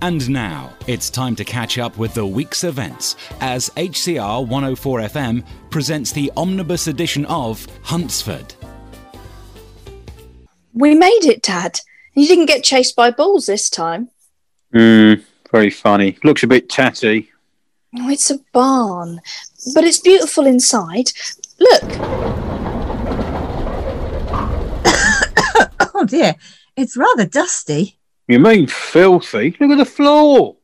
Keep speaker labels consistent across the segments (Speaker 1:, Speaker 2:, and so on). Speaker 1: And now it's time to catch up with the week's events as HCR 104 FM presents the omnibus edition of Huntsford.
Speaker 2: We made it, Dad. You didn't get chased by balls this time.
Speaker 3: Mm, very funny. Looks a bit tatty.
Speaker 2: Oh, it's a barn, but it's beautiful inside. Look,
Speaker 4: oh dear, it's rather dusty.
Speaker 3: You mean filthy? Look at the floor.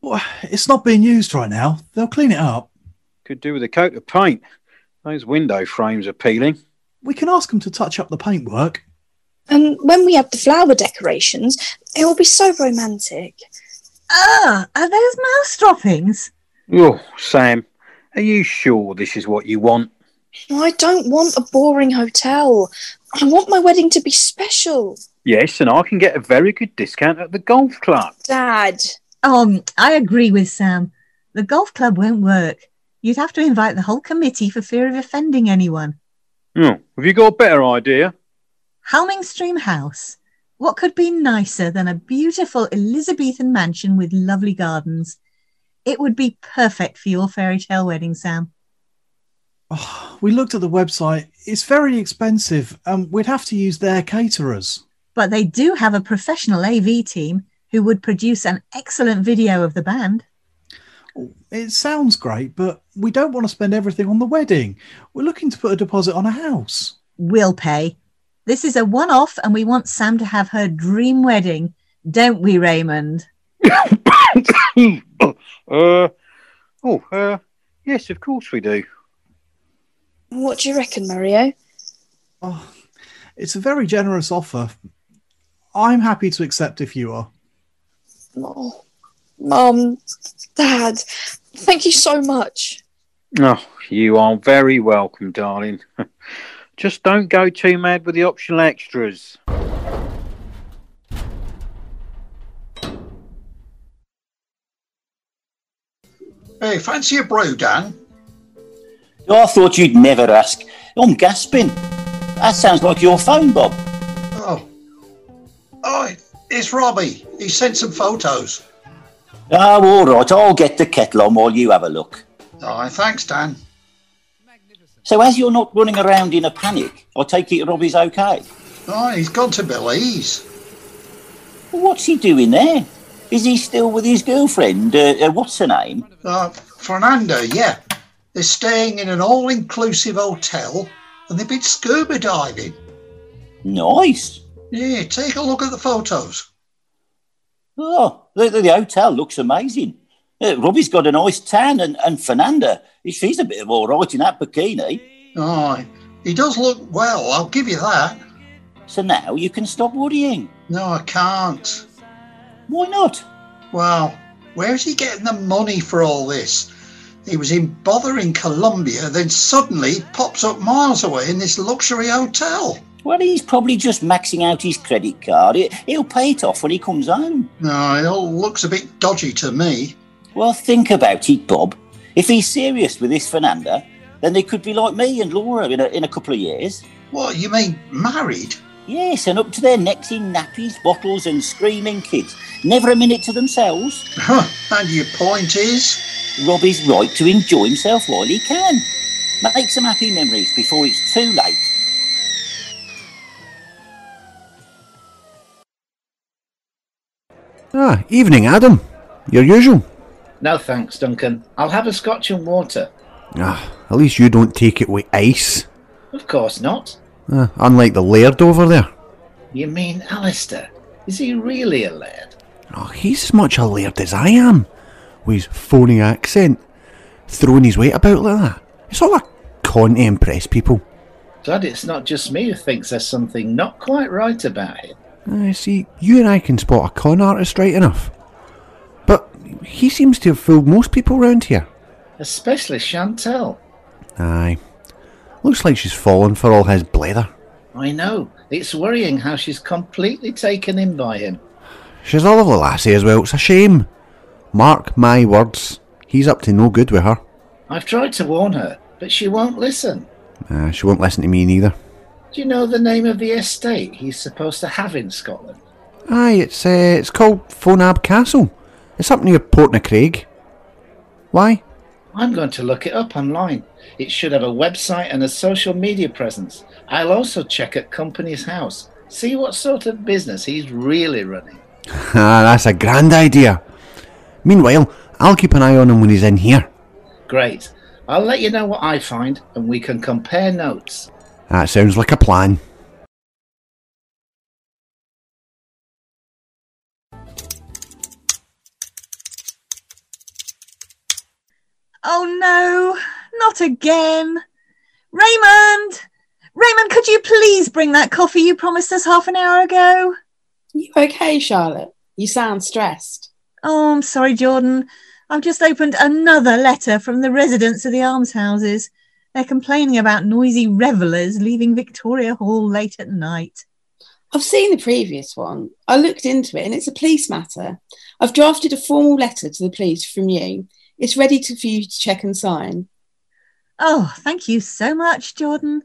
Speaker 5: Well, it's not being used right now. They'll clean it up.
Speaker 3: Could do with a coat of paint. Those window frames are peeling.
Speaker 5: We can ask them to touch up the paintwork.
Speaker 2: and um, when we have the flower decorations, it will be so romantic.
Speaker 4: Ah, are those mouse droppings?
Speaker 3: Oh, Sam, are you sure this is what you want?
Speaker 2: I don't want a boring hotel. I want my wedding to be special.
Speaker 3: Yes, and I can get a very good discount at the golf club.
Speaker 2: Dad,
Speaker 4: Um, I agree with Sam. The golf club won't work. You'd have to invite the whole committee for fear of offending anyone.
Speaker 3: Oh, have you got a better idea?
Speaker 4: Halming Stream House. What could be nicer than a beautiful Elizabethan mansion with lovely gardens? It would be perfect for your fairy tale wedding, Sam.
Speaker 5: Oh, we looked at the website. It's very expensive, and we'd have to use their caterers.
Speaker 4: But they do have a professional AV team who would produce an excellent video of the band.
Speaker 5: It sounds great, but we don't want to spend everything on the wedding. We're looking to put a deposit on a house.
Speaker 4: We'll pay. This is a one off, and we want Sam to have her dream wedding, don't we, Raymond?
Speaker 3: uh, oh, uh, yes, of course we do.
Speaker 2: what do you reckon, Mario?
Speaker 5: Oh, it's a very generous offer. I'm happy to accept if you are.
Speaker 2: Oh, Mum, Dad, thank you so much.
Speaker 3: Oh, you are very welcome, darling. Just don't go too mad with the optional extras.
Speaker 6: Hey, fancy a brew, Dan?
Speaker 7: I thought you'd never ask. I'm gasping. That sounds like your phone, Bob.
Speaker 6: Oh. Oh, it's Robbie. He sent some photos.
Speaker 7: Oh, all right, I'll get the kettle on while you have a look.
Speaker 6: Aye, thanks, Dan.
Speaker 7: So, as you're not running around in a panic, I take it Robbie's okay.
Speaker 6: Aye, Oh, he's gone to Belize.
Speaker 7: What's he doing there? Is he still with his girlfriend? Uh, uh, what's her name?
Speaker 6: Uh, Fernanda, yeah. They're staying in an all inclusive hotel and they've been scuba diving.
Speaker 7: Nice.
Speaker 6: Yeah, take a look at the photos.
Speaker 7: Oh, the, the the hotel looks amazing. Uh, Robbie's got a nice tan, and, and Fernanda, she's a bit of all right in that bikini.
Speaker 6: Aye, he does look well, I'll give you that.
Speaker 7: So now you can stop worrying.
Speaker 6: No, I can't.
Speaker 7: Why not?
Speaker 6: Wow, where's he getting the money for all this? He was in bother in Colombia, then suddenly he pops up miles away in this luxury hotel.
Speaker 7: Well, he's probably just maxing out his credit card. He- He'll pay it off when he comes home.
Speaker 6: No, it all looks a bit dodgy to me.
Speaker 7: Well, think about it, Bob. If he's serious with this Fernanda, then they could be like me and Laura in a, in a couple of years.
Speaker 6: What, you mean married?
Speaker 7: Yes, and up to their necks in nappies, bottles, and screaming kids. Never a minute to themselves.
Speaker 6: Huh, and your point is?
Speaker 7: Robbie's right to enjoy himself while he can. Make some happy memories before it's too late.
Speaker 8: Ah, evening, Adam. Your usual.
Speaker 9: No thanks, Duncan. I'll have a scotch and water.
Speaker 8: Ah, at least you don't take it with ice.
Speaker 9: Of course not.
Speaker 8: Ah, unlike the laird over there.
Speaker 9: You mean Alistair? Is he really a lad?
Speaker 8: Oh, he's as much a laird as I am. With his phony accent. Throwing his weight about like that. It's all a con to impress people.
Speaker 9: Glad it's not just me who thinks there's something not quite right about him.
Speaker 8: I Ah, see, you and I can spot a con artist right enough. But he seems to have fooled most people round here.
Speaker 9: Especially Chantel.
Speaker 8: Aye. Looks like she's fallen for all his blether.
Speaker 9: I know. It's worrying how she's completely taken in by him.
Speaker 8: She's a lovely lassie as well, it's a shame. Mark my words, he's up to no good with her.
Speaker 9: I've tried to warn her, but she won't listen.
Speaker 8: Ah, she won't listen to me neither.
Speaker 9: Do you know the name of the estate he's supposed to have in Scotland?
Speaker 8: Aye, it's uh, it's called Phonab Castle, It's up near Port na Craig. Why?
Speaker 9: I'm going to look it up online. It should have a website and a social media presence. I'll also check at Company's House, see what sort of business he's really running.
Speaker 8: Ah, that's a grand idea. Meanwhile, I'll keep an eye on him when he's in here.
Speaker 9: Great. I'll let you know what I find and we can compare notes.
Speaker 8: That sounds like a plan.
Speaker 4: Oh no, not again. Raymond! Raymond, could you please bring that coffee you promised us half an hour ago?
Speaker 10: You okay, Charlotte? You sound stressed.
Speaker 4: Oh, I'm sorry, Jordan. I've just opened another letter from the residents of the almshouses. They're complaining about noisy revellers leaving Victoria Hall late at night.
Speaker 10: I've seen the previous one. I looked into it and it's a police matter. I've drafted a formal letter to the police from you. It's ready to, for you to check and sign.
Speaker 4: Oh, thank you so much, Jordan.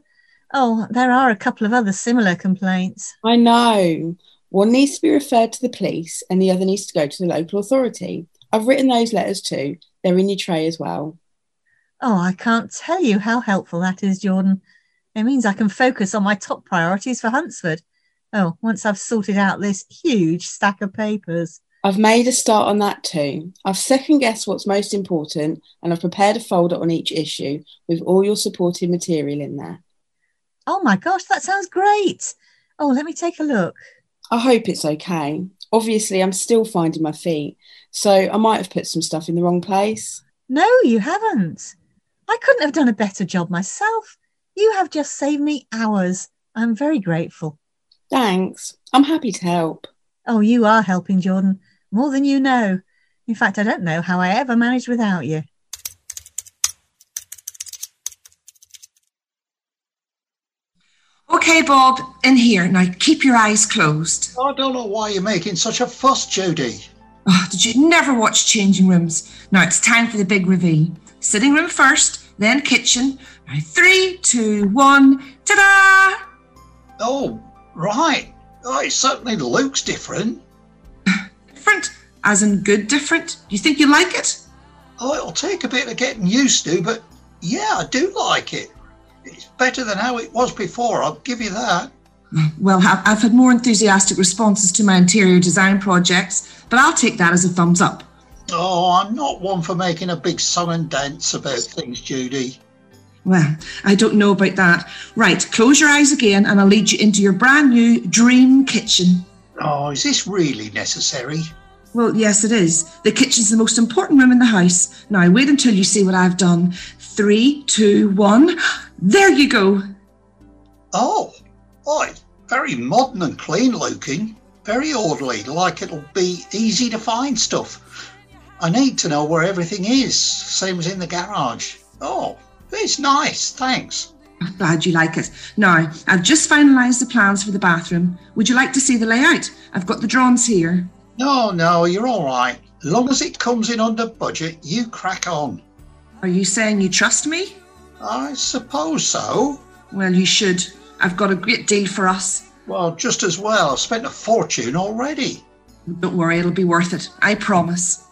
Speaker 4: Oh, there are a couple of other similar complaints.
Speaker 10: I know. One needs to be referred to the police and the other needs to go to the local authority. I've written those letters too. They're in your tray as well.
Speaker 4: Oh, I can't tell you how helpful that is, Jordan. It means I can focus on my top priorities for Huntsford. Oh, once I've sorted out this huge stack of papers.
Speaker 10: I've made a start on that too. I've second guessed what's most important and I've prepared a folder on each issue with all your supporting material in there.
Speaker 4: Oh my gosh, that sounds great. Oh, let me take a look.
Speaker 10: I hope it's okay. Obviously, I'm still finding my feet, so I might have put some stuff in the wrong place.
Speaker 4: No, you haven't. I couldn't have done a better job myself. You have just saved me hours. I'm very grateful.
Speaker 10: Thanks. I'm happy to help.
Speaker 4: Oh, you are helping, Jordan, more than you know. In fact, I don't know how I ever managed without you.
Speaker 11: Okay, Bob, in here. Now keep your eyes closed.
Speaker 6: Oh, I don't know why you're making such a fuss, Judy.
Speaker 11: Oh, did you never watch Changing Rooms? Now it's time for the big reveal. Sitting room first, then kitchen. Now three, two, one, ta
Speaker 6: da! Oh, right. Oh, it certainly looks different.
Speaker 11: different? As in good different? Do you think you like it?
Speaker 6: Oh, it'll take a bit of getting used to, but yeah, I do like it. It's better than how it was before, I'll give you that.
Speaker 11: Well, I've I've had more enthusiastic responses to my interior design projects, but I'll take that as a thumbs up.
Speaker 6: Oh, I'm not one for making a big song and dance about things, Judy.
Speaker 11: Well, I don't know about that. Right, close your eyes again and I'll lead you into your brand new dream kitchen.
Speaker 6: Oh, is this really necessary?
Speaker 11: Well, yes, it is. The kitchen's the most important room in the house. Now, wait until you see what I've done. Three, two, one. There you go.
Speaker 6: Oh, oh, it's very modern and clean looking. Very orderly, like it'll be easy to find stuff. I need to know where everything is, same as in the garage. Oh, it's nice, thanks.
Speaker 11: I'm glad you like it. Now, I've just finalised the plans for the bathroom. Would you like to see the layout? I've got the drawings here.
Speaker 6: No, no, you're all right. As long as it comes in under budget, you crack on.
Speaker 11: Are you saying you trust me?
Speaker 6: I suppose so.
Speaker 11: Well, you should. I've got a great deal for us.
Speaker 6: Well, just as well. I've spent a fortune already.
Speaker 11: Don't worry, it'll be worth it. I promise.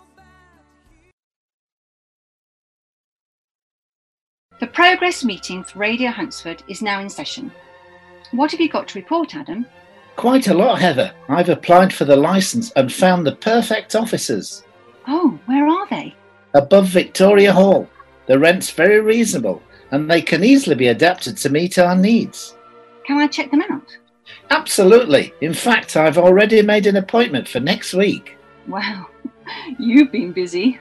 Speaker 12: The progress meeting for Radio Huntsford is now in session. What have you got to report, Adam?
Speaker 9: Quite a lot, Heather. I've applied for the license and found the perfect officers.
Speaker 12: Oh, where are they?
Speaker 9: Above Victoria Hall, the rent's very reasonable and they can easily be adapted to meet our needs.
Speaker 12: Can I check them out?
Speaker 9: Absolutely. In fact, I've already made an appointment for next week.
Speaker 12: Wow, you've been busy.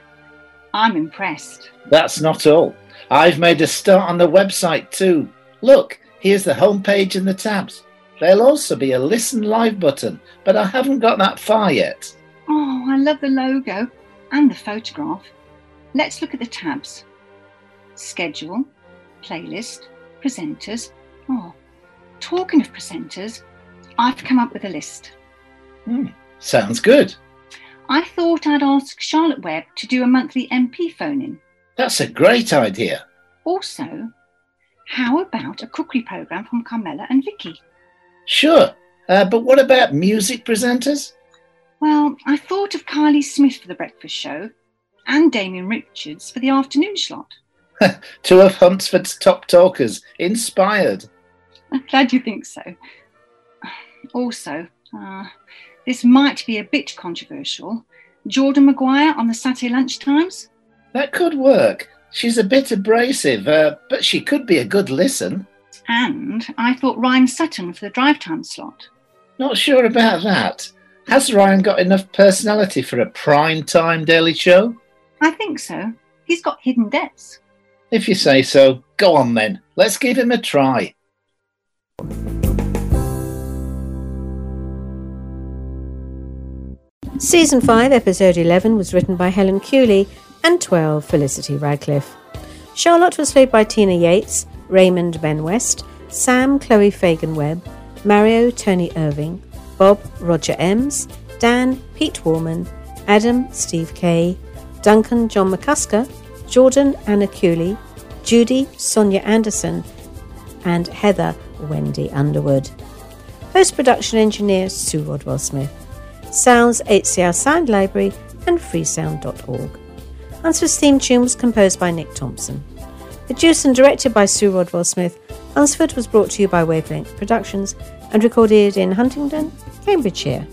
Speaker 12: I'm impressed.
Speaker 9: That's not all. I've made a start on the website too. Look, here's the homepage and the tabs. There'll also be a listen live button, but I haven't got that far yet.
Speaker 12: Oh, I love the logo and the photograph. Let's look at the tabs schedule, playlist, presenters. Oh, talking of presenters, I've come up with a list.
Speaker 9: Hmm, sounds good.
Speaker 12: I thought I'd ask Charlotte Webb to do a monthly MP phone in.
Speaker 9: That's a great idea.
Speaker 12: Also, how about a cookery programme from Carmela and Vicky?
Speaker 9: Sure. Uh, but what about music presenters?
Speaker 12: Well, I thought of Kylie Smith for the breakfast show and Damien Richards for the afternoon slot.
Speaker 9: Two of Huntsford's top talkers, inspired.
Speaker 12: I'm glad you think so. Also, uh, this might be a bit controversial. Jordan Maguire on the Saturday lunchtimes?
Speaker 9: That could work. She's a bit abrasive, uh, but she could be a good listen.
Speaker 12: And I thought Ryan Sutton for the drive time slot.
Speaker 9: Not sure about that. Has Ryan got enough personality for a prime time daily show?
Speaker 12: I think so. He's got hidden depths.
Speaker 9: If you say so, go on then. Let's give him a try.
Speaker 13: Season 5, Episode 11 was written by Helen Cooley and 12 Felicity Radcliffe. Charlotte was played by Tina Yates, Raymond Ben West, Sam Chloe Fagan Webb, Mario Tony Irving, Bob Roger Ems, Dan Pete Warman, Adam Steve Kay, Duncan John McCusker, Jordan Anna Cooley, Judy Sonia Anderson, and Heather Wendy Underwood. Post production engineer Sue Rodwell Smith. Sounds HCR Sound Library and freesound.org. Unsworth's theme tune was composed by Nick Thompson. Produced and directed by Sue Rodwell Smith, Unsford was brought to you by Wavelength Productions and recorded in Huntingdon, Cambridgeshire.